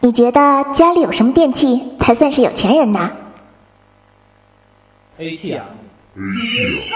你觉得家里有什么电器才算是有钱人呢？ ？AT 啊，别笑。